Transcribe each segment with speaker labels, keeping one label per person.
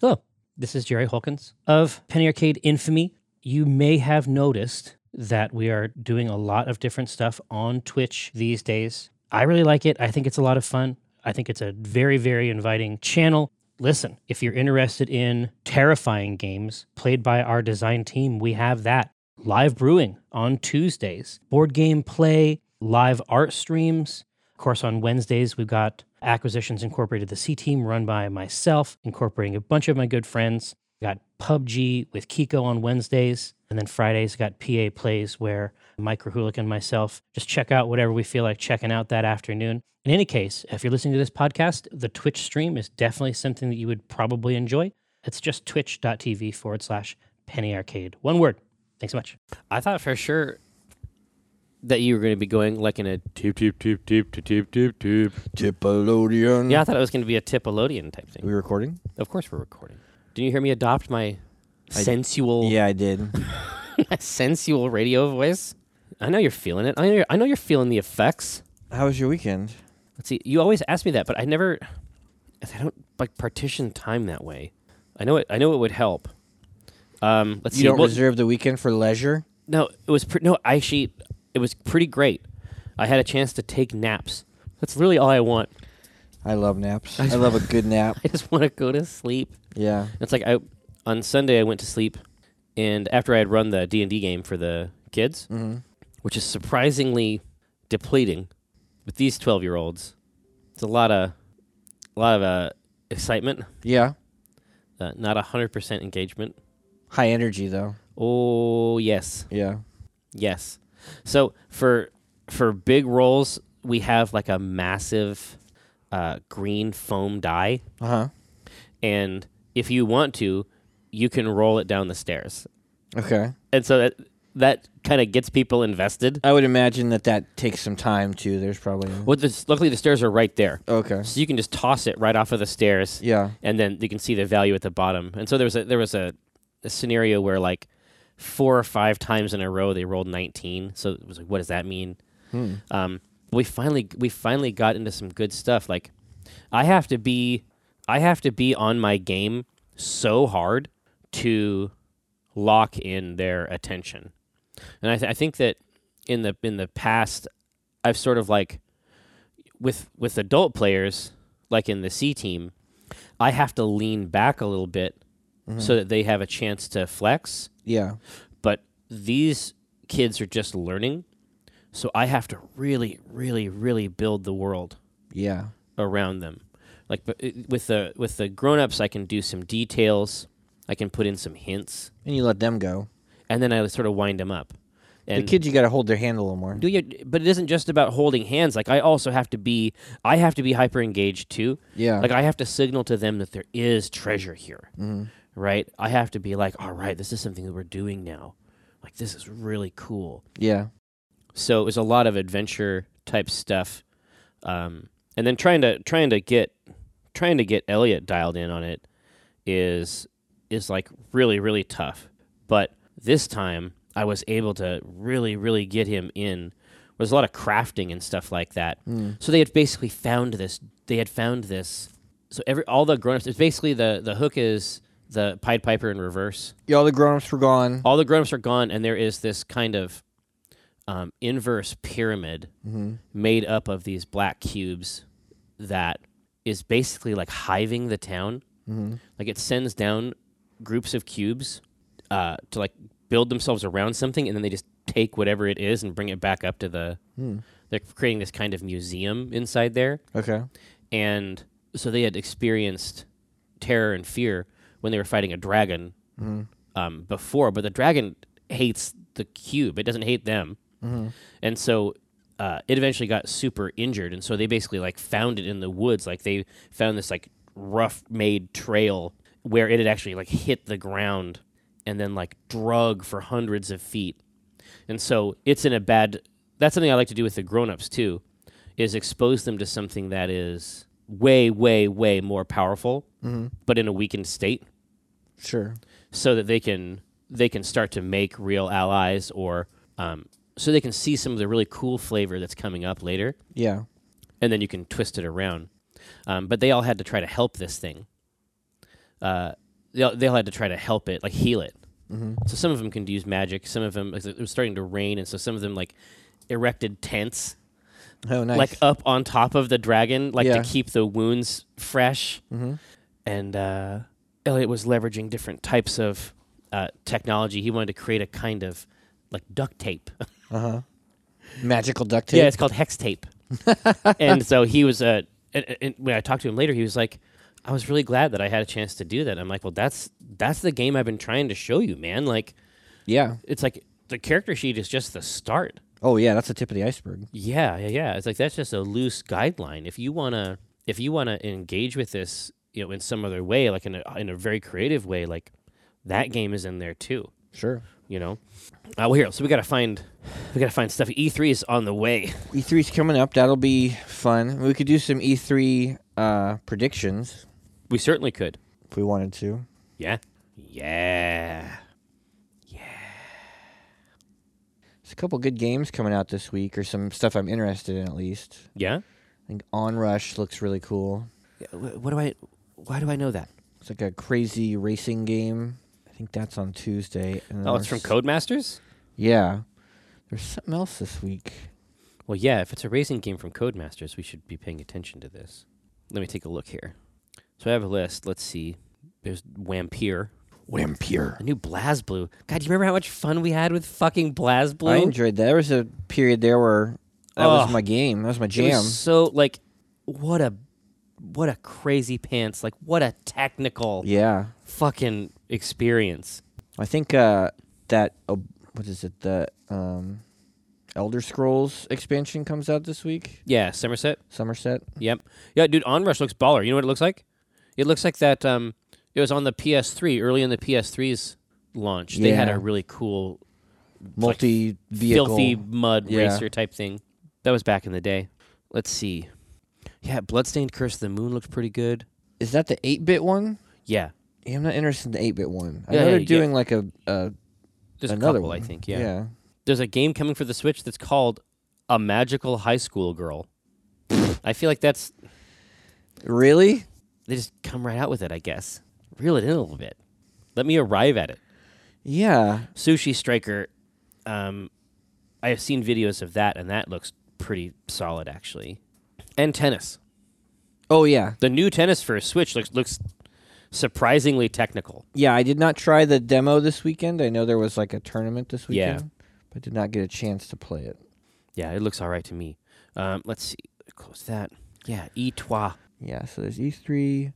Speaker 1: Hello, this is Jerry Hawkins of Penny Arcade Infamy. You may have noticed that we are doing a lot of different stuff on Twitch these days. I really like it. I think it's a lot of fun. I think it's a very, very inviting channel. Listen, if you're interested in terrifying games played by our design team, we have that. Live brewing on Tuesdays, board game play, live art streams, of course, on Wednesdays, we've got Acquisitions Incorporated, the C team run by myself, incorporating a bunch of my good friends. We got PUBG with Kiko on Wednesdays. And then Fridays, got PA Plays where Mike Rahulik and myself just check out whatever we feel like checking out that afternoon. In any case, if you're listening to this podcast, the Twitch stream is definitely something that you would probably enjoy. It's just twitch.tv forward slash penny arcade. One word. Thanks so much.
Speaker 2: I thought for sure that you were going to be going like in a toop toop toop toop toop toop toop toop.
Speaker 3: Tipolodion.
Speaker 2: Yeah, I thought it was going to be a Tipolodion type
Speaker 3: Are
Speaker 2: thing.
Speaker 3: we recording?
Speaker 2: Of course, we're recording. Didn't you hear me adopt my sensual,
Speaker 3: Yeah, I did.
Speaker 2: sensual radio voice? I know you're feeling it. I know you're, I know you're feeling the effects.
Speaker 3: How was your weekend?
Speaker 2: Let's see. You always ask me that, but I never. I don't like partition time that way. I know it. I know it would help. Um, let's
Speaker 3: You
Speaker 2: see.
Speaker 3: don't
Speaker 2: Well,
Speaker 3: reserve the weekend for leisure?
Speaker 2: No, it was pre- no. I actually, it was pretty great. I had a chance to take naps. That's really all I want.
Speaker 3: I love naps. I love a good nap.
Speaker 2: I just want to go to sleep.
Speaker 3: Yeah.
Speaker 2: It's like I on Sunday I went to sleep, and after I had run the D and D game for the kids,
Speaker 3: Mhm.
Speaker 2: which is surprisingly depleting with these twelve year olds. It's a lot of, a lot of uh, excitement,
Speaker 3: Yeah.
Speaker 2: uh, not hundred percent engagement.
Speaker 3: High energy though.
Speaker 2: Oh yes.
Speaker 3: Yeah.
Speaker 2: Yes. So for for big rolls, we have like a massive uh, green foam die,
Speaker 3: Uh huh.
Speaker 2: and if you want to, you can roll it down the stairs,
Speaker 3: Okay.
Speaker 2: and so that that kind of gets people invested.
Speaker 3: I would imagine that that takes some time too. There's probably
Speaker 2: Well, this, luckily the stairs are right there,
Speaker 3: Okay.
Speaker 2: so you can just toss it right off of the stairs,
Speaker 3: Yeah.
Speaker 2: and then you can see the value at the bottom. And so there was a there was a, a scenario where like four or five times in a row they rolled 19. So it was like, what does that mean?
Speaker 3: Hmm.
Speaker 2: um, we finally we finally got into some good stuff. Like I have to be I have to be on my game so hard to lock in their attention, and I, th- I think that in the in the past I've sort of like with with adult players like in the C team, I have to lean back a little bit so that they have a chance to flex
Speaker 3: Yeah.
Speaker 2: but these kids are just learning so i have to really really really build the world
Speaker 3: Yeah.
Speaker 2: around them like but it- with the with the grown-ups i can do some details i can put in some hints
Speaker 3: And you let them go.
Speaker 2: and then i sort of wind them up
Speaker 3: The
Speaker 2: and
Speaker 3: kids, you got to hold their hand a little more.
Speaker 2: do you, but it isn't just about holding hands like i also have to be i have to be hyper engaged too
Speaker 3: Yeah.
Speaker 2: like i have to signal to them that there is treasure here
Speaker 3: Mhm.
Speaker 2: right i have to be like all right this is something that we're doing now like this is really cool
Speaker 3: Yeah.
Speaker 2: so it was a lot of adventure type stuff um, and then trying to trying to get trying to get elliot dialed in on it is is like really really tough but this time i was able to really really get him in there's a lot of crafting and stuff like that
Speaker 3: Mm.
Speaker 2: so they had basically found this they had found this so every all the grown-ups it's basically the the hook is the pied piper in reverse
Speaker 3: Yeah, all the grown-ups were gone.
Speaker 2: all the grown-ups are gone and there is this kind of um, inverse pyramid
Speaker 3: Mhm.
Speaker 2: made up of these black cubes that is basically like hiving the town
Speaker 3: Mhm.
Speaker 2: like it sends down groups of cubes uh, to like build themselves around something and then they just take whatever it is and bring it back up to the
Speaker 3: Hmm.
Speaker 2: they're creating this kind of museum inside there
Speaker 3: Okay.
Speaker 2: and so they had experienced terror and fear when they were fighting a dragon
Speaker 3: Mhm.
Speaker 2: um, before, but the dragon hates the cube. It doesn't hate them,
Speaker 3: Mhm.
Speaker 2: and so uh, it eventually got super injured. And so they basically like found it in the woods. Like they found this like rough made trail where it had actually like hit the ground and then like drug for hundreds of feet. And so it's in a bad. That's something I like to do with the grown-ups too, is expose them to something that is way, way, way more powerful,
Speaker 3: Mhm.
Speaker 2: but in a weakened state
Speaker 3: Sure.
Speaker 2: so that they can they can start to make real allies or um, so they can see some of the really cool flavor that's coming up later
Speaker 3: Yeah.
Speaker 2: and then you can twist it around um, but they all had to try to help this thing uh, they'll, they'll had to try to help it, like heal it.
Speaker 3: Mhm.
Speaker 2: So some of them can use magic. Some of them like, it was starting to rain, and so some of them like erected tents
Speaker 3: Oh, nice.
Speaker 2: like up on top of the dragon, like
Speaker 3: Yeah.
Speaker 2: to keep the wounds fresh.
Speaker 3: Mhm.
Speaker 2: And uh, Elliot was leveraging different types of uh, technology. He wanted to create a kind of like duct tape.
Speaker 3: Uh huh. Magical duct tape.
Speaker 2: yeah, it's called hex tape. and so he was uh, and, and when I talked to him later, he was like, "I was really glad that I had a chance to do that." I'm like, "Well, that's that's the game I've been trying to show you, man. Like,
Speaker 3: Yeah.
Speaker 2: it's like the character sheet is just the start."
Speaker 3: Oh yeah, that's the tip of the iceberg.
Speaker 2: Yeah, yeah, yeah. It's like that's just a loose guideline. If you wanna, if you wanna engage with this, you know, in some other way, like in a in a very creative way, like that game is in there too.
Speaker 3: Sure.
Speaker 2: You know. Uh, well, here, so we gotta find, we gotta find stuff. E three is on the way.
Speaker 3: E3's E coming up. That'll be fun. We could do some E3 uh, predictions
Speaker 2: We certainly could.
Speaker 3: if we wanted to.
Speaker 2: Yeah. Yeah.
Speaker 3: There's a couple good games coming out this week, or some stuff I'm interested in at least.
Speaker 2: Yeah.
Speaker 3: I think Onrush looks really cool.
Speaker 2: What do I? Why do I know that?
Speaker 3: It's like a crazy racing game. I think that's on Tuesday. And then
Speaker 2: Oh, it's from
Speaker 3: there's-
Speaker 2: Codemasters.
Speaker 3: Yeah. There's something else this week.
Speaker 2: Well, yeah. If it's a racing game from Codemasters, we should be paying attention to this. Let me take a look here. So I have a list. Let's see. There's Wampir.
Speaker 3: Wampire.
Speaker 2: The new BlazBlue. God, do you remember how much fun we had with fucking BlazBlue?
Speaker 3: I enjoyed that. There was a period there where that
Speaker 2: Ugh.
Speaker 3: was my game. That was my
Speaker 2: It
Speaker 3: jam.
Speaker 2: was so like, what a, what a crazy pants. Like what a technical
Speaker 3: Yeah.
Speaker 2: fucking experience.
Speaker 3: I think uh, that uh, what is it? The um, Elder Scrolls expansion comes out this week.
Speaker 2: Yeah, Somerset.
Speaker 3: Somerset.
Speaker 2: Yep. Yeah, dude, Onrush looks baller. You know what it looks like? It looks like that um it was on the PS3 early in the PS3's launch. They had
Speaker 3: Yeah.
Speaker 2: a really cool
Speaker 3: Multi vehicle.
Speaker 2: filthy mud
Speaker 3: Yeah.
Speaker 2: racer type thing. That was back in the day. Let's see. Yeah, Bloodstained Curse of the Moon looked pretty good.
Speaker 3: Is that the eight bit one?
Speaker 2: Yeah.
Speaker 3: Yeah, I'm not interested in the eight bit one. I
Speaker 2: Yeah,
Speaker 3: know
Speaker 2: yeah,
Speaker 3: they're
Speaker 2: yeah.
Speaker 3: doing like a, a
Speaker 2: There's
Speaker 3: another
Speaker 2: a couple,
Speaker 3: one.
Speaker 2: I think. Yeah.
Speaker 3: Yeah.
Speaker 2: There's a game coming for the Switch that's called A Magical High School Girl. I feel like that's
Speaker 3: Really?
Speaker 2: they just come right out with it, I guess. Reel it in a little bit. Let me arrive at it.
Speaker 3: Yeah.
Speaker 2: Sushi Striker, um, I have seen videos of that, and that looks pretty solid actually. And tennis,
Speaker 3: Oh yeah.
Speaker 2: the new tennis for Switch looks looks surprisingly technical.
Speaker 3: Yeah. I did not try the demo this weekend. I know there was like a tournament this
Speaker 2: Yeah.
Speaker 3: weekend, but did not get a chance to play it.
Speaker 2: Yeah, it looks all right to me. Um, let's see, close that. Yeah, E trois.
Speaker 3: Yeah. So there's E E3.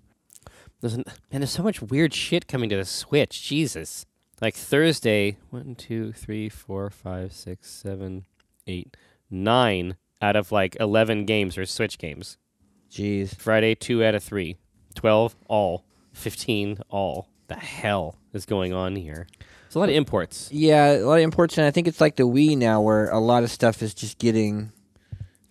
Speaker 2: There's an, man, there's so much weird shit coming to the Switch. Jesus. Like Thursday, one, two, three, four, five, six, seven, eight, nine out of like eleven games are Switch games.
Speaker 3: Jeez.
Speaker 2: Friday, two out of three. 12 all. 15 all. The hell is going on here? It's a lot of imports.
Speaker 3: Yeah, a lot of imports, and I think it's like the Wii now, where a lot of stuff is just getting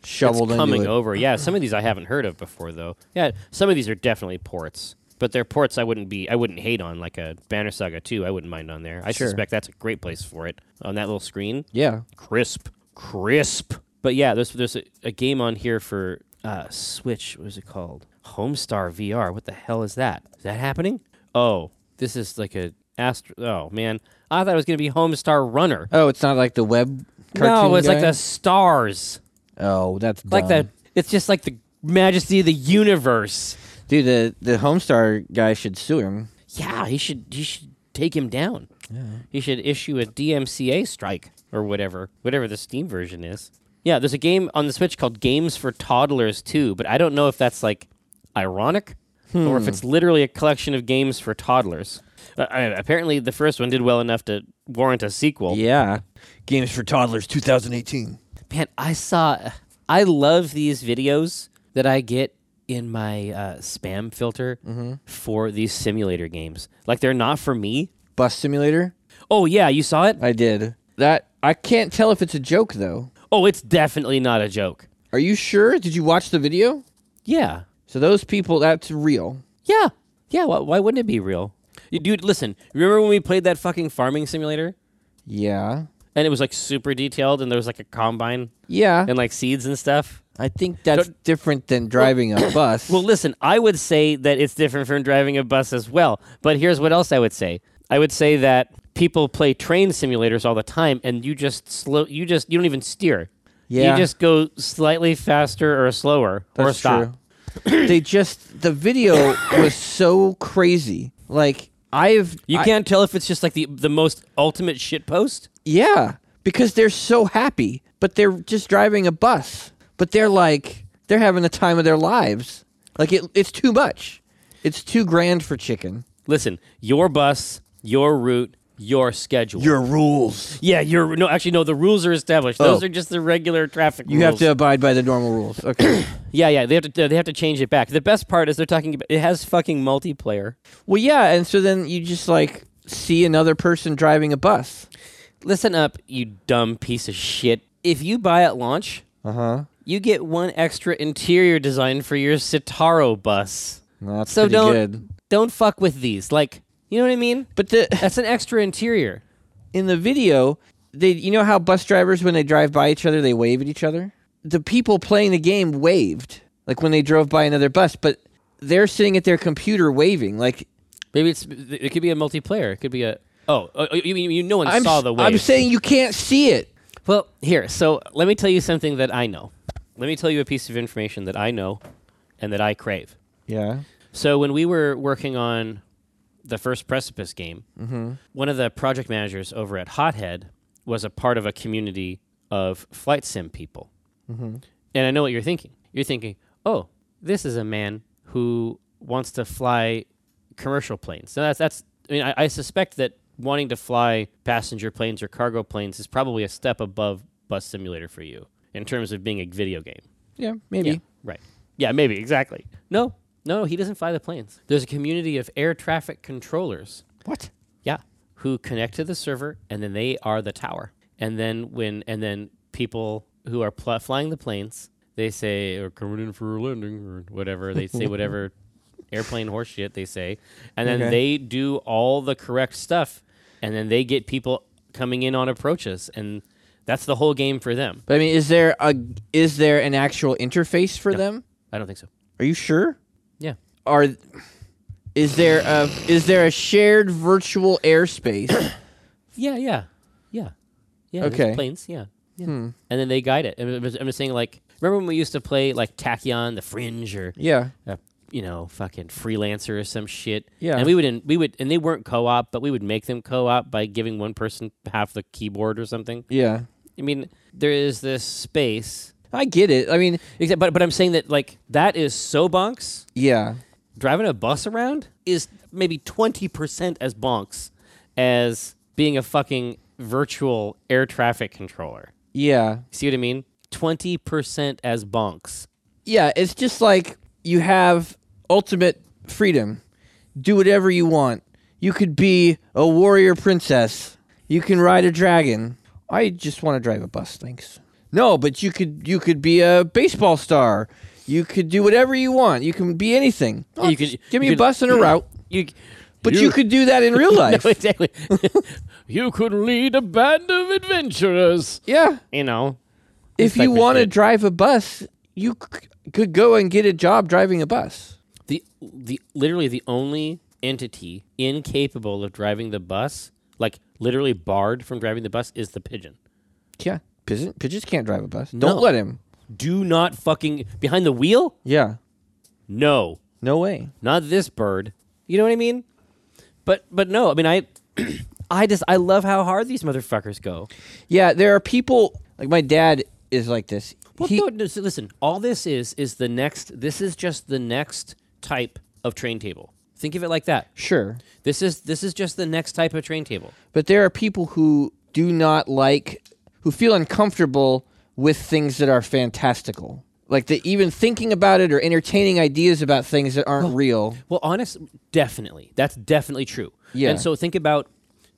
Speaker 3: shoveled
Speaker 2: it's coming
Speaker 3: into it.
Speaker 2: over. Yeah, some of these I haven't heard of before, though. Yeah, some of these are definitely ports, but they're ports I wouldn't be, I wouldn't hate on, like a Banner Saga 2. I wouldn't mind on there. I
Speaker 3: Sure.
Speaker 2: suspect that's a great place for it on that little screen.
Speaker 3: Yeah,
Speaker 2: crisp, crisp. But yeah, there's there's a, a game on here for uh, Switch. What is it called? Homestar VR. What the hell is that? Is that happening? Oh, this is like a astro. Oh man, I thought it was gonna be Homestar Runner.
Speaker 3: Oh, it's not like the web. Cartoon
Speaker 2: No, it's like
Speaker 3: guy?
Speaker 2: the stars.
Speaker 3: Oh, that's
Speaker 2: Like
Speaker 3: dumb.
Speaker 2: the it's just like the majesty of the universe.
Speaker 3: dude. The the Homestar guy should sue him.
Speaker 2: Yeah, he should he should take him down. He should issue a DMCA strike or whatever, whatever the Steam version is. Yeah, there's a game on the Switch called Games for Toddlers too, but I don't know if that's like ironic or if it's literally a collection of games for toddlers. Uh, I- apparently, the first one did well enough to warrant a sequel.
Speaker 3: Yeah, games for toddlers, 2018.
Speaker 2: Man, I saw. I love these videos that I get in my uh, spam filter for these simulator games. Like they're not for me.
Speaker 3: Bus Simulator.
Speaker 2: Oh yeah, you saw it.
Speaker 3: I did that. I can't tell if it's a joke though.
Speaker 2: Oh, it's definitely not a joke.
Speaker 3: Are you sure? Did you watch the video?
Speaker 2: Yeah.
Speaker 3: So those people, that's real.
Speaker 2: Yeah. Yeah. Why, why wouldn't it be real? You- Dude, listen, remember when we played that fucking farming simulator?
Speaker 3: Yeah,
Speaker 2: And it was like super detailed and there was like a combine
Speaker 3: yeah.
Speaker 2: and like seeds and stuff?
Speaker 3: I think that's different than driving a bus.
Speaker 2: Well, listen, I would say that it's different from driving a bus as well. But here's what else I would say. I would say that people play train simulators all the time and you just slow you just you don't even steer.
Speaker 3: Yeah.
Speaker 2: You just go slightly faster or slower or
Speaker 3: That's
Speaker 2: stop.
Speaker 3: true. they just the video was so crazy. Like I've
Speaker 2: You
Speaker 3: I-
Speaker 2: can't tell if it's just like the the most ultimate shit post.
Speaker 3: yeah, because they're so happy, but they're just driving a bus. But they're like they're having the time of their lives. Like it, it's too much. It's too grand for chicken.
Speaker 2: Listen, your bus, your route, your schedule.
Speaker 3: rules.
Speaker 2: yeah, your no actually no, the rules are established. Those
Speaker 3: Oh.
Speaker 2: are just the regular traffic
Speaker 3: You
Speaker 2: rules.
Speaker 3: have to abide by the normal rules. Okay.
Speaker 2: Yeah, yeah, they have to uh, they have to change it back. The best part is they're talking about it has fucking multiplayer.
Speaker 3: well, yeah, and so then you just like see another person driving a bus.
Speaker 2: Listen up, you dumb piece of shit. If you buy at launch,
Speaker 3: Uh huh.
Speaker 2: you get one extra interior design for your Sitaro bus.
Speaker 3: That's
Speaker 2: So
Speaker 3: pretty
Speaker 2: don't-
Speaker 3: good.
Speaker 2: Don't fuck with these. Like, you know what I mean?
Speaker 3: But the
Speaker 2: That's an extra interior.
Speaker 3: in the video, they you know how bus drivers when they drive by each other they wave at each other. The people playing the game waved like when they drove by another bus, but they're sitting at their computer waving. Like
Speaker 2: Maybe it's it could be a multiplayer. It could be a oh, oh you, you you- no one
Speaker 3: I'm
Speaker 2: saw
Speaker 3: s-
Speaker 2: the wave.
Speaker 3: I'm saying you can't see it.
Speaker 2: Well, here, so let me tell you something that I know. Let me tell you a piece of information that I know and that I crave.
Speaker 3: Yeah.
Speaker 2: So when we were working on the first Precipice game, one of the project managers over at Hothead was a part of a community of flight sim people. And I know what you're thinking. You're thinking, oh, this is a man who wants to fly commercial planes. So that's that's. I mean, I, I suspect that wanting to fly passenger planes or cargo planes is probably a step above bus simulator for you in terms of being a video game.
Speaker 3: Yeah, maybe.
Speaker 2: Yeah, right. Yeah, maybe exactly. No, no, he doesn't fly the planes. There's a community of air traffic controllers.
Speaker 3: What?
Speaker 2: Yeah, who connect to the server, and then they are the tower. And then when and then people who are pl- flying the planes, they say or coming in for a landing or whatever. They say whatever airplane horseshit they say, and then
Speaker 3: Okay.
Speaker 2: they do all the correct stuff, and then they get people coming in on approaches, and that's the whole game for them.
Speaker 3: But I mean, is there a is there an actual interface for them?
Speaker 2: I don't think so.
Speaker 3: Are you sure?
Speaker 2: Yeah.
Speaker 3: Are is there a is there a shared virtual airspace?
Speaker 2: Yeah, yeah, yeah, yeah. there's
Speaker 3: Okay. Hmm.
Speaker 2: planes. Yeah, yeah. And then they guide it. I'm, I'm just saying, like, remember when we used to play like Tachyon, The Fringe, or
Speaker 3: yeah.
Speaker 2: uh, you know, fucking Freelancer or some shit.
Speaker 3: Yeah.
Speaker 2: And we would in, we would and they weren't co-op, but we would make them co-op by giving one person half the keyboard or something.
Speaker 3: Yeah.
Speaker 2: I mean, there is this space.
Speaker 3: I get it. I mean,
Speaker 2: Except, but but I'm saying that like that is so bonks.
Speaker 3: yeah.
Speaker 2: Driving a bus around is maybe twenty percent as bonks as being a fucking virtual air traffic controller.
Speaker 3: Yeah.
Speaker 2: See what I mean? 20% as bonks.
Speaker 3: Yeah, it's just like you have ultimate freedom. Do whatever you want. You could be a warrior princess. You can ride a dragon. I just want to drive a bus, thanks. No, but you could you could be a baseball star. You could do whatever you want. You can be anything. Oh,
Speaker 2: you could-
Speaker 3: just give me
Speaker 2: you
Speaker 3: a
Speaker 2: could-
Speaker 3: bus and a route.
Speaker 2: You,
Speaker 3: But you, could do that in real life.
Speaker 2: No, exactly. you could lead a band of adventurers.
Speaker 3: yeah.
Speaker 2: You know,
Speaker 3: If
Speaker 2: type
Speaker 3: you
Speaker 2: of
Speaker 3: want to
Speaker 2: shit.
Speaker 3: drive a bus, you c- could go and get a job driving a bus.
Speaker 2: the the literally the only entity incapable of driving the bus, like literally barred from driving the bus, is the pigeon.
Speaker 3: Yeah. Pigeon, pigeons can't drive a bus.
Speaker 2: No.
Speaker 3: Don't let him.
Speaker 2: Do not fucking behind the wheel.
Speaker 3: Yeah.
Speaker 2: No,
Speaker 3: No way.
Speaker 2: not this bird. You know what I mean? But but no, I mean I I just I love how hard these motherfuckers go.
Speaker 3: Yeah, there are people like my dad is like this.
Speaker 2: Well,
Speaker 3: He-
Speaker 2: no, no, so listen. All this is is the next. This is just the next type of train table. Think of it like that.
Speaker 3: sure,
Speaker 2: This is this is just the next type of train table.
Speaker 3: but there are people who do not like who feel uncomfortable with things that are fantastical. Like the even thinking about it or entertaining ideas about things that aren't real.
Speaker 2: Well, honest, definitely. That's definitely true.
Speaker 3: Yeah.
Speaker 2: And so think about,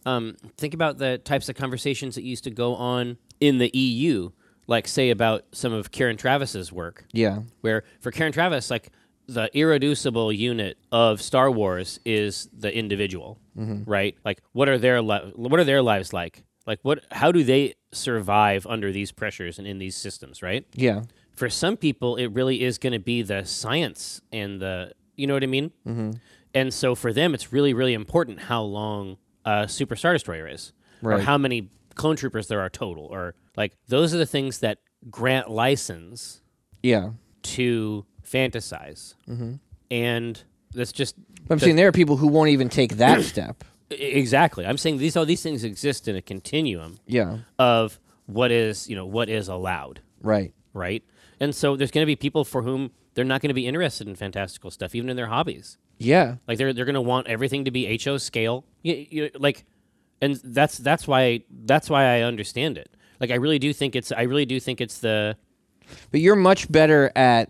Speaker 2: um, think about the types of conversations that used to go on in the EU, like say about some of Karen Travis's work.
Speaker 3: Yeah.
Speaker 2: Where for Karen Travis, like the irreducible unit of Star Wars is the individual, right? Like, what are their li- what are their lives like? Like, what? How do they survive under these pressures and in these systems? Right?
Speaker 3: Yeah.
Speaker 2: for some people it really is going to be the science and the you know what i mean mm-hmm. and so for them it's really really important how long a super star destroyer is or
Speaker 3: Right.
Speaker 2: how many clone troopers there are total or like those are the things that grant license
Speaker 3: Yeah.
Speaker 2: to fantasize mm-hmm. and that's just
Speaker 3: But I'm saying there are people who won't even take that step.
Speaker 2: e- exactly i'm saying these all these things exist in a continuum
Speaker 3: Yeah.
Speaker 2: of what is you know what is allowed
Speaker 3: Right.
Speaker 2: right? And so there's going to be people for whom they're not going to be interested in fantastical stuff, even in their hobbies.
Speaker 3: Yeah.
Speaker 2: Like they're they're going to want everything to be HO scale, you, you, like, and that's that's why that's why I understand it. Like I really do think it's I really do think it's the
Speaker 3: But you're much better at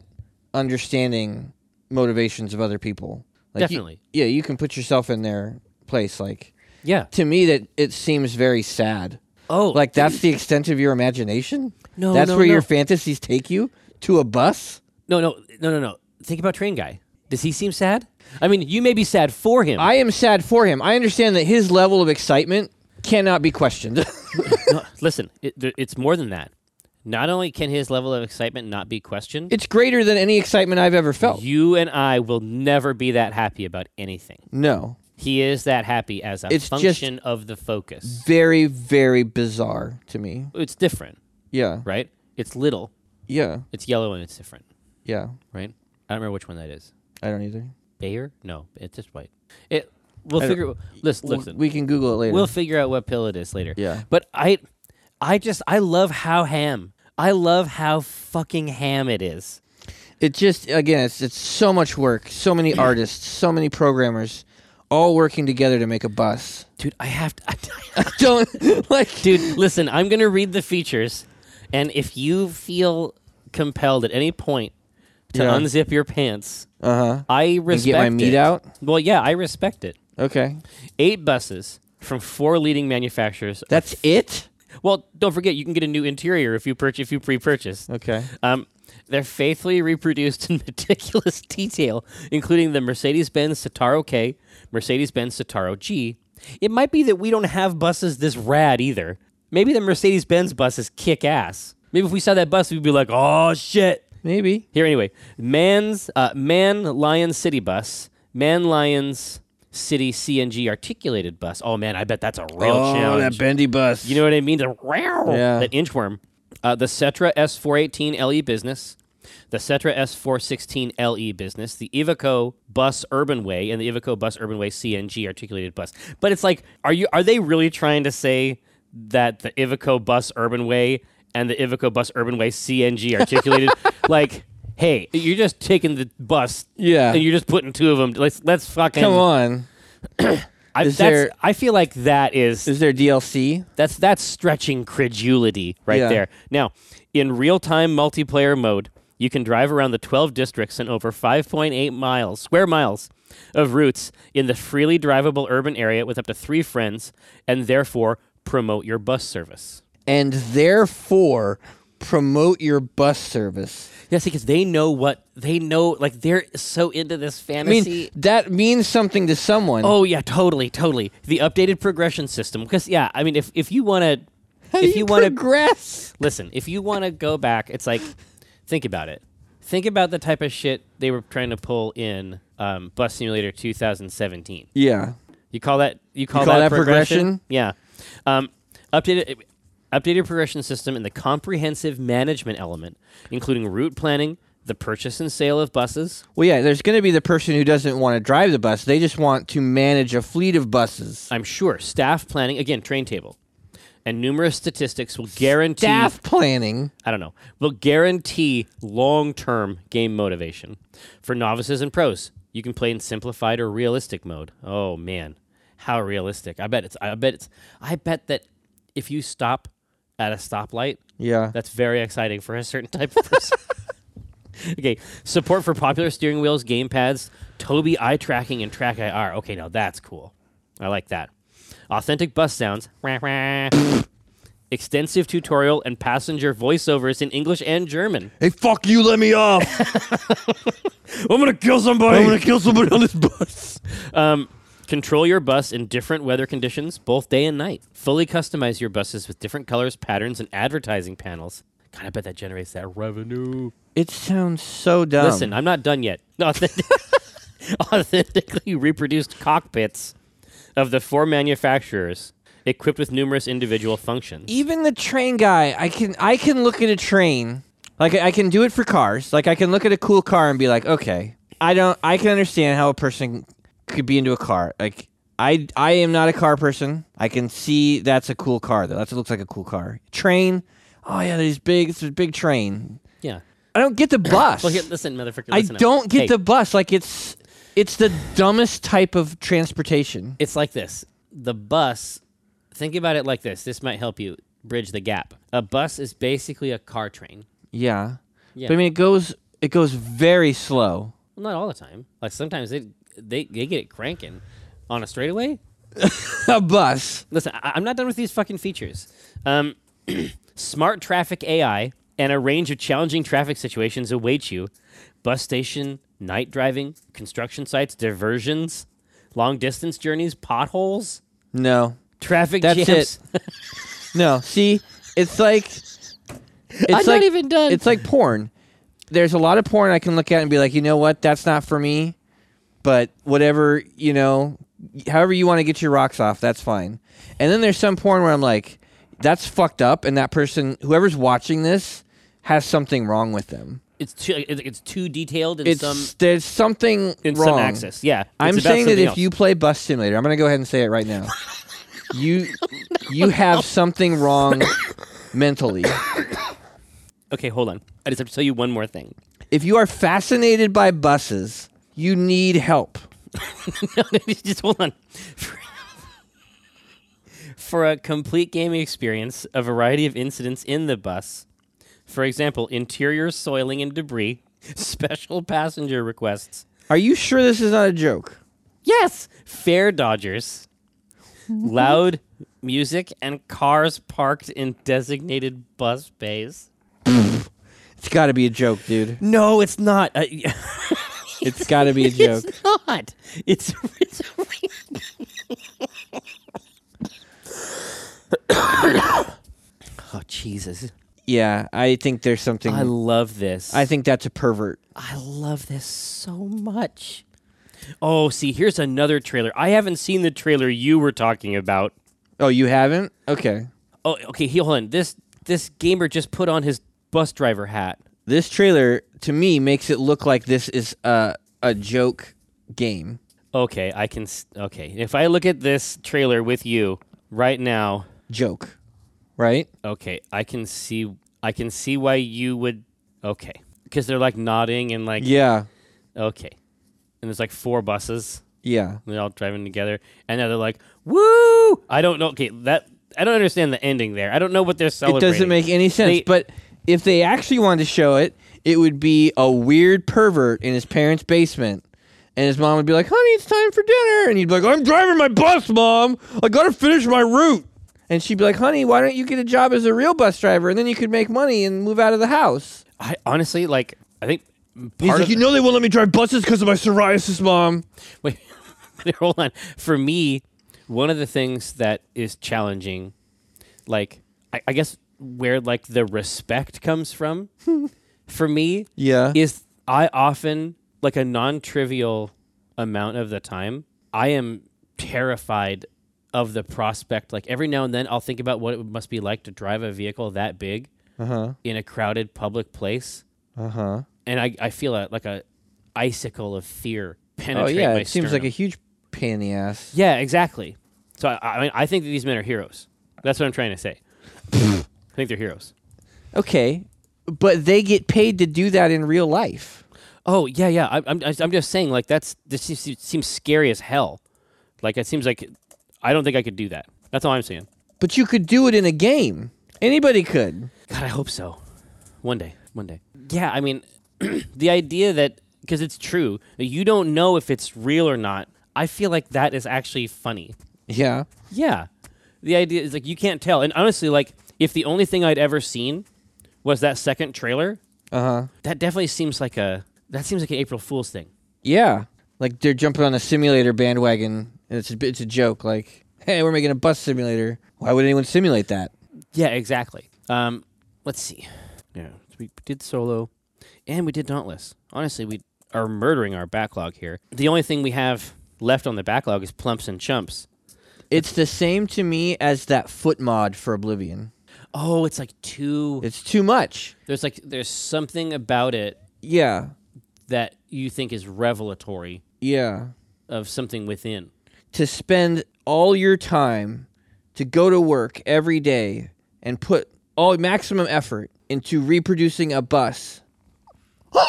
Speaker 3: understanding motivations of other people. Like you-
Speaker 2: Definitely.
Speaker 3: yeah, you can put yourself in their place. Like
Speaker 2: yeah
Speaker 3: to me, that it seems very sad.
Speaker 2: oh
Speaker 3: Like that's the extent of your imagination.
Speaker 2: No,
Speaker 3: that's
Speaker 2: no,
Speaker 3: where your
Speaker 2: no.
Speaker 3: fantasies take you to a bus.
Speaker 2: no no no no no think about train guy. Does he seem sad? I mean, you may be sad for him.
Speaker 3: I am sad for him. I understand that his level of excitement cannot be questioned.
Speaker 2: No, listen, it, there- it's more than that. Not only can his level of excitement not be questioned,
Speaker 3: it's greater than any excitement I've ever felt.
Speaker 2: you and I will never be that happy about anything.
Speaker 3: No,
Speaker 2: He is that happy as a
Speaker 3: It's just-
Speaker 2: function of the focus.
Speaker 3: very, very bizarre to me.
Speaker 2: It's different,
Speaker 3: Yeah,
Speaker 2: right? It's little,
Speaker 3: yeah,
Speaker 2: it's yellow, and it's different,
Speaker 3: yeah.
Speaker 2: right? I don't remember which one that is.
Speaker 3: I don't either.
Speaker 2: Bayer? No, it's just white. It. We'll
Speaker 3: I don't-
Speaker 2: figure. Listen,
Speaker 3: We-
Speaker 2: listen.
Speaker 3: We can Google it later.
Speaker 2: We'll figure out what pill it is later.
Speaker 3: Yeah.
Speaker 2: But I, I just I love how ham. I love how fucking ham it is.
Speaker 3: it just again, it's it's so much work, so many artists, so many programmers, all working together to make a bus.
Speaker 2: Dude, I have to.
Speaker 3: Don't like,
Speaker 2: Dude, listen, I'm going to read the features, and if you feel compelled at any point to
Speaker 3: Yeah.
Speaker 2: unzip your pants,
Speaker 3: Uh huh.
Speaker 2: I respect
Speaker 3: get my meat
Speaker 2: it.
Speaker 3: out?
Speaker 2: Well, yeah, I respect it.
Speaker 3: Okay,
Speaker 2: Eight buses from four leading manufacturers.
Speaker 3: that's it.
Speaker 2: well, don't forget you can get a new interior if you purchase if you pre-purchase.
Speaker 3: Okay.
Speaker 2: Um, they're faithfully reproduced in meticulous detail, including the Mercedes-Benz Citaro K, Mercedes-Benz Citaro G. It might be that we don't have buses this rad either. Maybe the Mercedes-Benz buses kick ass. Maybe if we saw that bus, we'd be like, "Oh shit!"
Speaker 3: Maybe.
Speaker 2: Here anyway, man's uh, man lion city bus, man lions city CNG articulated bus. Oh man, I bet that's a real
Speaker 3: Oh,
Speaker 2: challenge.
Speaker 3: bendy bus.
Speaker 2: You know what I mean? The row,
Speaker 3: Yeah.
Speaker 2: that inchworm. Uh, the Setra S418 LE E business, the Setra S416 LE E business, the Evico Bus Urban Way, and the Evico Bus Urban Way CNG articulated bus. But it's like, are you are they really trying to say that the Evico Bus Urban Way and the Evico Bus Urban Way CNG articulated? like, hey, you're just taking the bus,
Speaker 3: Yeah.
Speaker 2: and you're just putting two of them. Let's let's fucking
Speaker 3: Come on.
Speaker 2: I,
Speaker 3: Is
Speaker 2: that's-
Speaker 3: there-
Speaker 2: I feel like that is
Speaker 3: Is there DLC?
Speaker 2: that's that's stretching credulity right
Speaker 3: Yeah.
Speaker 2: there. Now, in real-time multiplayer mode, you can drive around the 12 districts and over 5.8 miles, square miles of routes in the freely drivable urban area with up to 3 friends and therefore promote your bus service.
Speaker 3: and therefore promote your bus service.
Speaker 2: Yes, because they know what they know like they're so into this
Speaker 3: I mean,
Speaker 2: fantasy.
Speaker 3: that means something to someone.
Speaker 2: Oh yeah, totally, totally. The updated progression system cuz yeah, I mean if if you want to
Speaker 3: How
Speaker 2: if
Speaker 3: do
Speaker 2: you
Speaker 3: you
Speaker 2: want to
Speaker 3: progress?
Speaker 2: Listen, if you want to go back, it's like, think about it. Think about the type of shit they were trying to pull in um, Bus Simulator 2017.
Speaker 3: Yeah,
Speaker 2: You call that you call,
Speaker 3: call that progression?
Speaker 2: Yeah. Um, updated updated progression system and the comprehensive management element, including route planning, the purchase and sale of buses.
Speaker 3: well, yeah. There's going to be the person who doesn't want to drive the bus; they just want to manage a fleet of buses.
Speaker 2: I'm sure staff planning again, train table, and numerous statistics will guarantee.
Speaker 3: Staff planning.
Speaker 2: I don't know, will guarantee long term game motivation. For novices and pros, you can play in simplified or realistic mode. Oh man, how realistic. I bet it's I bet it's I bet that if you stop at a stoplight,
Speaker 3: Yeah,
Speaker 2: that's very exciting for a certain type of person. okay. Support for popular steering wheels, game pads, Toby eye tracking, and track IR. Okay, now that's cool. I like that. Authentic bus sounds. Wah, wah. Extensive tutorial and passenger voiceovers in English and German.
Speaker 4: Hey, fuck you, let me off. I'm gonna kill somebody. I'm gonna kill somebody on this bus.
Speaker 2: Um, control your bus in different weather conditions, both day and night. Fully customize your buses with different colors, patterns, and advertising panels. God, I bet that generates that revenue.
Speaker 3: It sounds so dumb.
Speaker 2: Listen, I'm not done yet. Authent- Authentically reproduced cockpits of the four manufacturers, equipped with numerous individual functions.
Speaker 3: even the train guy, I can I can look at a train. Like I can do it for cars. Like I can look at a cool car and be like, okay, I don't. I can understand how a person could be into a car. Like I I am not a car person. I can see that's a cool car though. That looks like a cool car. Train. Oh yeah, there's big. It's a big train.
Speaker 2: yeah.
Speaker 3: I don't get the bus.
Speaker 2: Look at listen, motherfucker.
Speaker 3: I
Speaker 2: Listen up.
Speaker 3: don't get
Speaker 2: Hey,
Speaker 3: the bus. Like it's it's the dumbest type of transportation.
Speaker 2: It's like this. The bus. Think about it like this. This might help you bridge the gap. A bus is basically a car train.
Speaker 3: Yeah.
Speaker 2: Yeah.
Speaker 3: But I mean, it goes it goes very slow.
Speaker 2: Well, not all the time. Like sometimes they they, they get it cranking on a straightaway.
Speaker 3: a bus.
Speaker 2: Listen, I, I'm not done with these fucking features. Um, smart traffic AI and a range of challenging traffic situations await you. Bus station, night driving, construction sites, diversions, long distance journeys, potholes,
Speaker 3: No.
Speaker 2: traffic
Speaker 3: That's
Speaker 2: jams. It.
Speaker 3: No. See, it's like it's
Speaker 2: I'm not even done.
Speaker 3: It's like porn. There's a lot of porn I can look at and be like, you know what, that's not for me. But whatever, you know, however you want to get your rocks off, that's fine. And then there's some porn where I'm like, that's fucked up, and that person, whoever's watching this, has something wrong with them.
Speaker 2: it's too it, it's too detailed in
Speaker 3: It's
Speaker 2: some
Speaker 3: there's something
Speaker 2: in
Speaker 3: wrong.
Speaker 2: some access. Yeah, It's
Speaker 3: I'm
Speaker 2: about
Speaker 3: saying that
Speaker 2: something
Speaker 3: if
Speaker 2: else.
Speaker 3: you play Bus Simulator, I'm going to go ahead and say it right now. you you have something wrong mentally.
Speaker 2: okay, hold on. I just have to tell you one more thing.
Speaker 3: If you are fascinated by buses, you need help.
Speaker 2: No, just hold on. For, for a complete gaming experience, a variety of incidents in the bus. For example, interior soiling and debris, special passenger requests.
Speaker 3: Are you sure this is not a joke?
Speaker 2: Yes, fare dodgers. Loud music and cars parked in designated bus bays.
Speaker 3: It's got to be a joke, dude.
Speaker 2: No, it's not. Uh,
Speaker 3: It's got to be a joke.
Speaker 2: It's not. It's, it's Oh Jesus.
Speaker 3: Yeah, I think there's something
Speaker 2: I
Speaker 3: I,
Speaker 2: love this.
Speaker 3: think that's a pervert.
Speaker 2: I love this so much. Oh, see, here's another trailer. I haven't seen the trailer you were talking about.
Speaker 3: Oh, you haven't? Okay.
Speaker 2: Oh, okay, he- hold on. This this gamer just put on his bus driver hat.
Speaker 3: This trailer to me makes it look like this is a a joke game.
Speaker 2: Okay, I can s- Okay, if I look at this trailer with you right now,
Speaker 3: Joke. Right?
Speaker 2: Okay, I can see I can see why you would Okay. Cuz they're like nodding and like
Speaker 3: Yeah.
Speaker 2: okay. And there's like four buses
Speaker 3: Yeah.
Speaker 2: and they're all driving together and now they're like woo! I don't know okay, that I don't understand the ending there. I don't know what they're
Speaker 3: it
Speaker 2: celebrating.
Speaker 3: doesn't make any sense.
Speaker 2: They-
Speaker 3: but if they actually wanted to show it, it would be a weird pervert in his parents' basement. And his mom would be like, honey, it's time for dinner. And he'd be like, I'm driving my bus, mom. I got to finish my route. And she'd be like, honey, why don't you get a job as a real bus driver? And then you could make money and move out of the house.
Speaker 2: I honestly like I think
Speaker 3: He's
Speaker 2: part
Speaker 3: like,
Speaker 2: of
Speaker 3: you know, they won't let me drive buses because of my psoriasis, mom.
Speaker 2: Wait, hold on. For me, one of the things that is challenging, like I, I guess where like the respect comes from, for me,
Speaker 3: Yeah.
Speaker 2: is I often like a non-trivial amount of the time I am terrified of the prospect. Like every now and then, I'll think about what it must be like to drive a vehicle that big
Speaker 3: Uh-huh.
Speaker 2: in a crowded public place
Speaker 3: Uh
Speaker 2: Uh-huh.
Speaker 3: huh.
Speaker 2: and I, I feel a, like a icicle of fear
Speaker 3: Oh,
Speaker 2: penetrate
Speaker 3: yeah.
Speaker 2: my
Speaker 3: It seems like
Speaker 2: sternum.
Speaker 3: a huge pain in the ass.
Speaker 2: yeah, exactly. So I, I mean, I think that these men are heroes. That's what I'm trying to say. I think they're heroes.
Speaker 3: Okay. But they get paid to do that in real life.
Speaker 2: Oh yeah, yeah. I, I'm I- I'm just saying like that's this seems, seems scary as hell. Like it seems like I don't think I could do that. That's all I'm saying.
Speaker 3: But you could do it in a game. Anybody could.
Speaker 2: God, I hope so. One day, one day. Yeah, I mean, the idea that because it's true that you don't know if it's real or not. I feel like that is actually funny.
Speaker 3: Yeah.
Speaker 2: Yeah. The idea is like you can't tell. And honestly, like if the only thing I'd ever seen was that second trailer,
Speaker 3: Uh huh.
Speaker 2: that definitely seems like a that seems like an April Fool's thing.
Speaker 3: Yeah. Like they're jumping on a simulator bandwagon, and it's a bit- it's a joke. Like, hey, we're making a bus simulator. Why would anyone simulate that?
Speaker 2: Yeah, exactly. Um, let's see. Yeah, we did solo, and we did Dauntless. Honestly, we are murdering our backlog here. The only thing we have left on the backlog is Plumps and Chumps.
Speaker 3: It's the same to me as that foot mod for Oblivion.
Speaker 2: Oh, it's like two.
Speaker 3: It's too much.
Speaker 2: There's like there's something about it
Speaker 3: Yeah.
Speaker 2: that you think is revelatory
Speaker 3: Yeah.
Speaker 2: of something within.
Speaker 3: To spend all your time to go to work every day and put all maximum effort into reproducing a bus.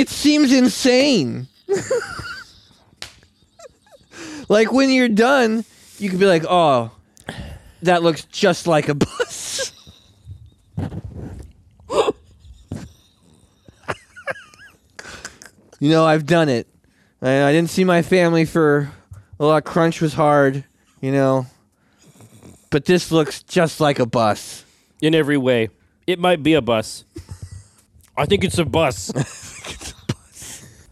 Speaker 3: it seems insane. like when you're done, you can be like, "Oh, that looks just like a bus." you know, I've done it. I, I didn't see my family for a lot. Crunch was hard, you know. But this looks just like a bus.
Speaker 2: In every way, it might be a bus.
Speaker 4: I think it's a bus.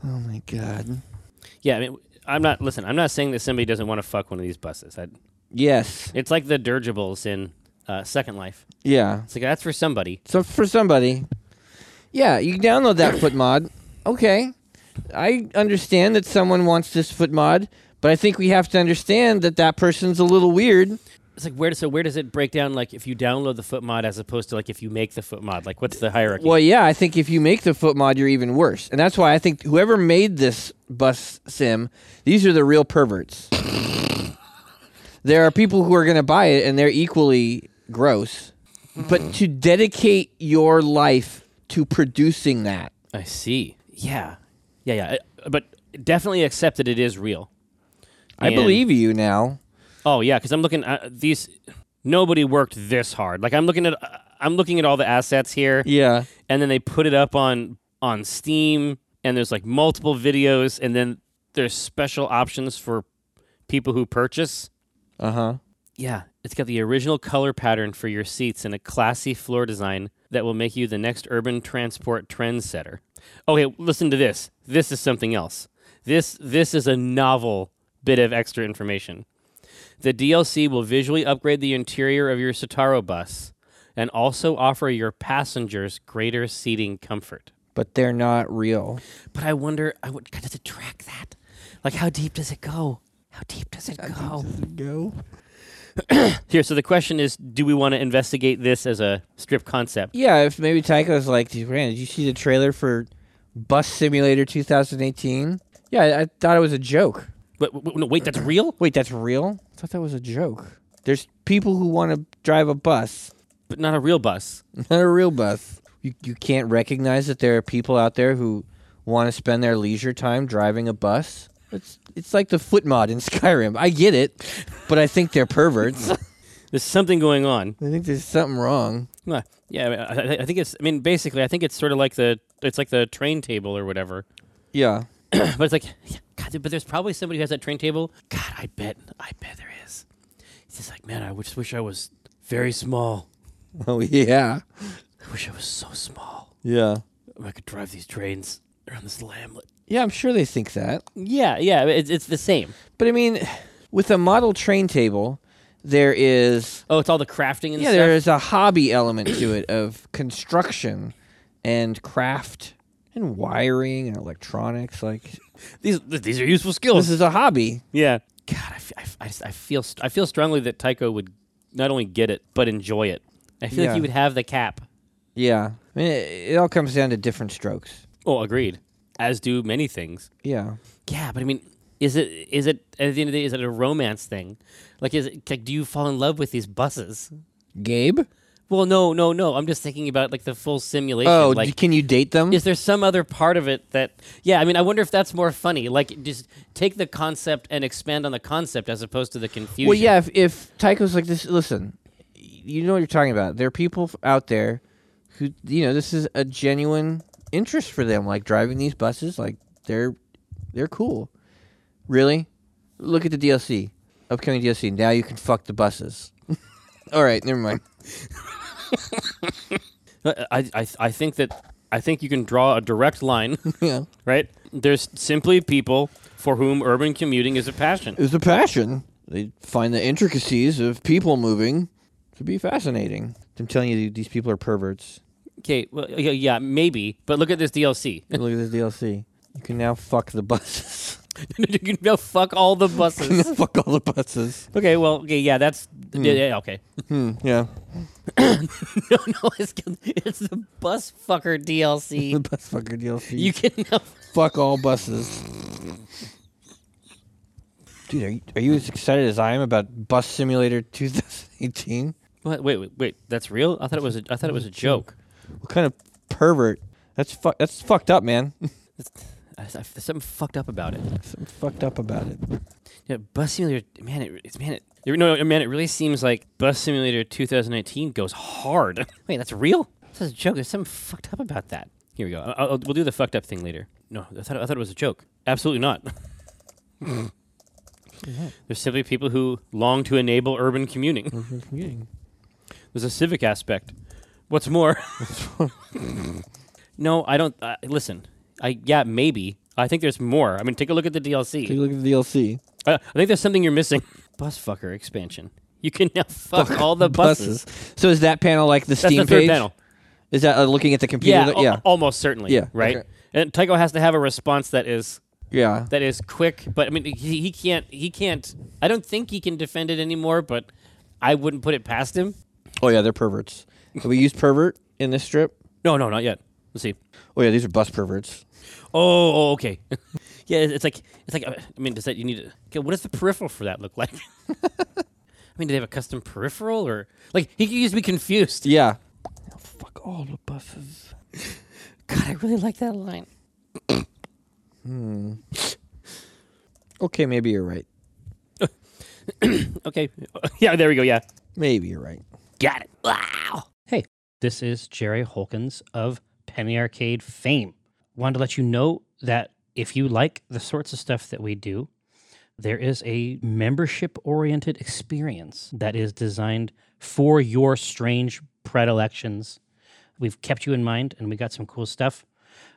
Speaker 3: Oh my god.
Speaker 2: Yeah, I mean, I'm not. Listen, I'm not saying that somebody doesn't want to fuck one of these buses. That
Speaker 3: Yes.
Speaker 2: it's like the dirigibles in uh, Second Life.
Speaker 3: Yeah.
Speaker 2: It's like that's for somebody.
Speaker 3: So for somebody. Yeah, you can download that foot mod. Okay. I understand that someone wants this foot mod, but I think we have to understand that that person's a little weird.
Speaker 2: It's like where so where does it break down? Like if you download the foot mod as opposed to like if you make the foot mod. Like what's the hierarchy?
Speaker 3: Well, yeah, I think if you make the foot mod, you're even worse. And that's why I think whoever made this bus sim, these are the real perverts. there are people who are going to buy it, and they're equally gross. But to dedicate your life to producing that,
Speaker 2: I see. Yeah, yeah, yeah. I- But definitely accept that it is real.
Speaker 3: I
Speaker 2: And-
Speaker 3: believe you now.
Speaker 2: Oh yeah, because I'm looking at these. Nobody worked this hard. Like I'm looking at uh, I'm looking at all the assets here,
Speaker 3: Yeah.
Speaker 2: and then they put it up on on Steam, and there's like multiple videos, and then there's special options for people who purchase.
Speaker 3: Uh huh.
Speaker 2: Yeah, it's got the original color pattern for your seats and a classy floor design that will make you the next urban transport trendsetter. Okay, listen to this. This is something else. This this is a novel bit of extra information. The DLC will visually upgrade the interior of your Sitaro bus and also offer your passengers greater seating comfort.
Speaker 3: But they're not real.
Speaker 2: But I wonder, I would, does it track that? Like, how deep does it go? How deep does it go?
Speaker 3: Go.
Speaker 2: Here, so the question is, do we want to investigate this as a strip concept?
Speaker 3: Yeah, if maybe Tycho's like, "Dude, Rand, did you see the trailer for Bus Simulator 2018? Yeah, I, I thought it was a joke.
Speaker 2: But w- no, wait, that's real.
Speaker 3: Wait, that's real? I thought that was a joke. There's people who want to drive a bus,
Speaker 2: But not a real bus.
Speaker 3: not a real bus. You, you can't recognize that there are people out there who want to spend their leisure time driving a bus. It's it's like the foot mod in Skyrim. I get it, but I think they're perverts. I
Speaker 2: There's something going on.
Speaker 3: think there's something wrong.
Speaker 2: Huh. Yeah, I mean, I, I- I think it's. I mean, basically, I think it's sort of like the. It's like the train table or whatever.
Speaker 3: Yeah.
Speaker 2: But it's like, yeah, God, dude, but there's probably somebody who has that train table. God, I bet, I bet there is. It's just like, man, I just wish I was very small.
Speaker 3: Oh yeah.
Speaker 2: I wish I was so small.
Speaker 3: Yeah.
Speaker 2: I could drive these trains around this hamlet.
Speaker 3: Yeah, I'm sure they think that.
Speaker 2: Yeah, yeah, it's, it's the same.
Speaker 3: But I mean, with a model train table, there is
Speaker 2: Oh, it's all the crafting and
Speaker 3: yeah,
Speaker 2: stuff.
Speaker 3: there is a hobby element to it of construction and craft and wiring and electronics. Like
Speaker 2: These these are useful
Speaker 3: this
Speaker 2: skills.
Speaker 3: is a hobby.
Speaker 2: Yeah. God, I, f- I f- I s- I feel st- I feel strongly that Tycho would not only get it but enjoy it. I feel like
Speaker 3: Yeah.
Speaker 2: he would have the cap.
Speaker 3: Yeah, I mean, it, it all comes down to different strokes.
Speaker 2: Oh, agreed. As do many things.
Speaker 3: Yeah,
Speaker 2: Yeah, but I mean, is it is it at the end of the day is it a romance thing? Like, is it like do you fall in love with these buses?
Speaker 3: Gabe.
Speaker 2: Well, no, no, no. I'm just thinking about like the full simulation.
Speaker 3: Oh,
Speaker 2: like,
Speaker 3: d- can you date them?
Speaker 2: is there some other part of it that yeah i mean i wonder if that's more funny like just take the concept and expand on the concept as opposed to the confusion
Speaker 3: Well, yeah. If, if Tycho's like this, listen, y- you know what you're talking about. There are people f- out there who, you know, this is a genuine interest for them. Like driving these buses, like they're they're cool. Really, look at the DLC, upcoming DLC. Now you can fuck the buses. All right, never mind.
Speaker 2: I, Uh, I, I think that i think you can draw a direct line
Speaker 3: yeah,
Speaker 2: right there's simply people for whom urban commuting is a passion
Speaker 3: it was a passion. They find the intricacies of people moving to be fascinating. I'm telling you, these people are perverts.
Speaker 2: Okay, well, yeah, yeah, maybe, but look at this DLC.
Speaker 3: Look at this DLC. You can now fuck the buses.
Speaker 2: you can go fuck all the
Speaker 3: You
Speaker 2: buses.
Speaker 3: can fuck all the buses.
Speaker 2: okay, well, okay, yeah, that's yeah, yeah, okay.
Speaker 3: Hmm, yeah.
Speaker 2: No, no, it's it's the bus fucker
Speaker 3: The
Speaker 2: DLC.
Speaker 3: bus fucker DLC.
Speaker 2: you can now
Speaker 3: fuck all buses. Dude, are you, are you as excited as I am about Bus Simulator 2018?
Speaker 2: What? Wait, wait, wait. That's real? I thought it was. A, I thought it was a joke.
Speaker 3: What kind of pervert? That's fu- That's fucked up, man.
Speaker 2: I- I- There's something fucked up about it.
Speaker 3: Something fucked up about it.
Speaker 2: Yeah, Bus Simulator. Man, it, it's man. It, you know, no, man. It really seems like Bus Simulator 2019 goes hard. wait, that's real? That's a joke. There's something fucked up about that. Here we go. I- I'll, we'll do the fucked up thing later. No, I thought I thought it was a joke. Absolutely not. There's simply people who long to enable urban commuting. There's a civic aspect. What's more? no, I don't. Uh, listen, I yeah, maybe. I think there's more. I mean, take a look at the
Speaker 3: Take a
Speaker 2: DLC.
Speaker 3: look at the DLC.
Speaker 2: Uh, I think there's something you're missing. Bus fucker expansion. You can now fuck all the buses.
Speaker 3: So is that panel like the
Speaker 2: That's
Speaker 3: Steam
Speaker 2: the third
Speaker 3: page?
Speaker 2: panel.
Speaker 3: Is that uh, looking at the computer?
Speaker 2: Yeah,
Speaker 3: that-
Speaker 2: al-
Speaker 3: yeah,
Speaker 2: almost certainly.
Speaker 3: Yeah,
Speaker 2: right.
Speaker 3: okay.
Speaker 2: And Tycho has to have a response that is
Speaker 3: yeah.
Speaker 2: that is quick. But I mean, he, he can't. He can't. I don't think he can defend it anymore. But I wouldn't put it past him.
Speaker 3: Oh yeah, they're perverts. Have we used pervert in this strip?
Speaker 2: No, no, not yet. Let's see.
Speaker 3: Oh yeah, these are bus perverts.
Speaker 2: Oh, oh, okay. yeah, it's it's like it's like. uh, I mean, does that you need? To, okay, what does the peripheral for that look like? I mean, do they have a custom peripheral or like he could just be confused?
Speaker 3: Yeah.
Speaker 2: Fuck all the buses. God, I really like that line.
Speaker 3: Okay, maybe you're right.
Speaker 2: Okay. yeah, there we go. Yeah.
Speaker 3: Maybe you're right.
Speaker 2: Got it. Wow.
Speaker 1: Hey, this is Jerry Holkins of Penny Arcade fame. Wanted to let you know that if you like the sorts of stuff that we do, there is a membership oriented experience that is designed for your strange predilections. We've kept you in mind and we got some cool stuff.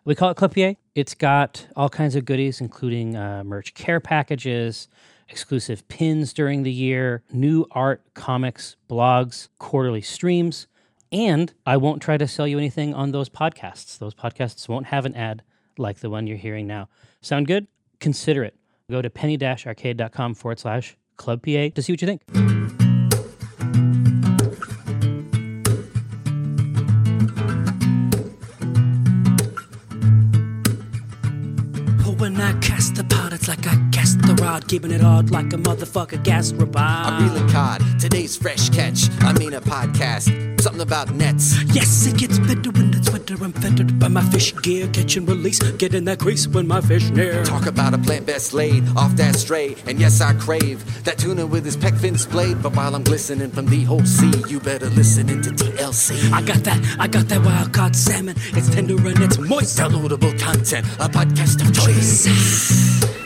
Speaker 1: We call it Clipier. It's got all kinds of goodies, including uh, merch care packages, exclusive pins during the year, new art, comics, blogs, quarterly streams. And I won't try to sell you anything on those podcasts. Those podcasts won't have an ad like the one you're hearing now. Sound good? Consider it. Go to penny arcade.com forward slash club PA to see what you think.
Speaker 5: Oh, when I cast the pot, it's like I cast the rod, keeping it hard like a motherfucker gas robot.
Speaker 6: I reel a cod. Today's fresh catch. I mean a podcast. Something about nets.
Speaker 5: Yes, it gets better when it's winter. I'm fettered by my fish gear, catch and release, get in that crease when my fish near.
Speaker 6: Talk about a plant best laid off that stray. And yes, I crave that tuna with his peck fin splayed. But while I'm glistening from the whole sea, you better listen into TLC.
Speaker 5: I got that, I got that wild caught salmon. It's tender and it's moist.
Speaker 6: Downloadable content, a podcast of choice.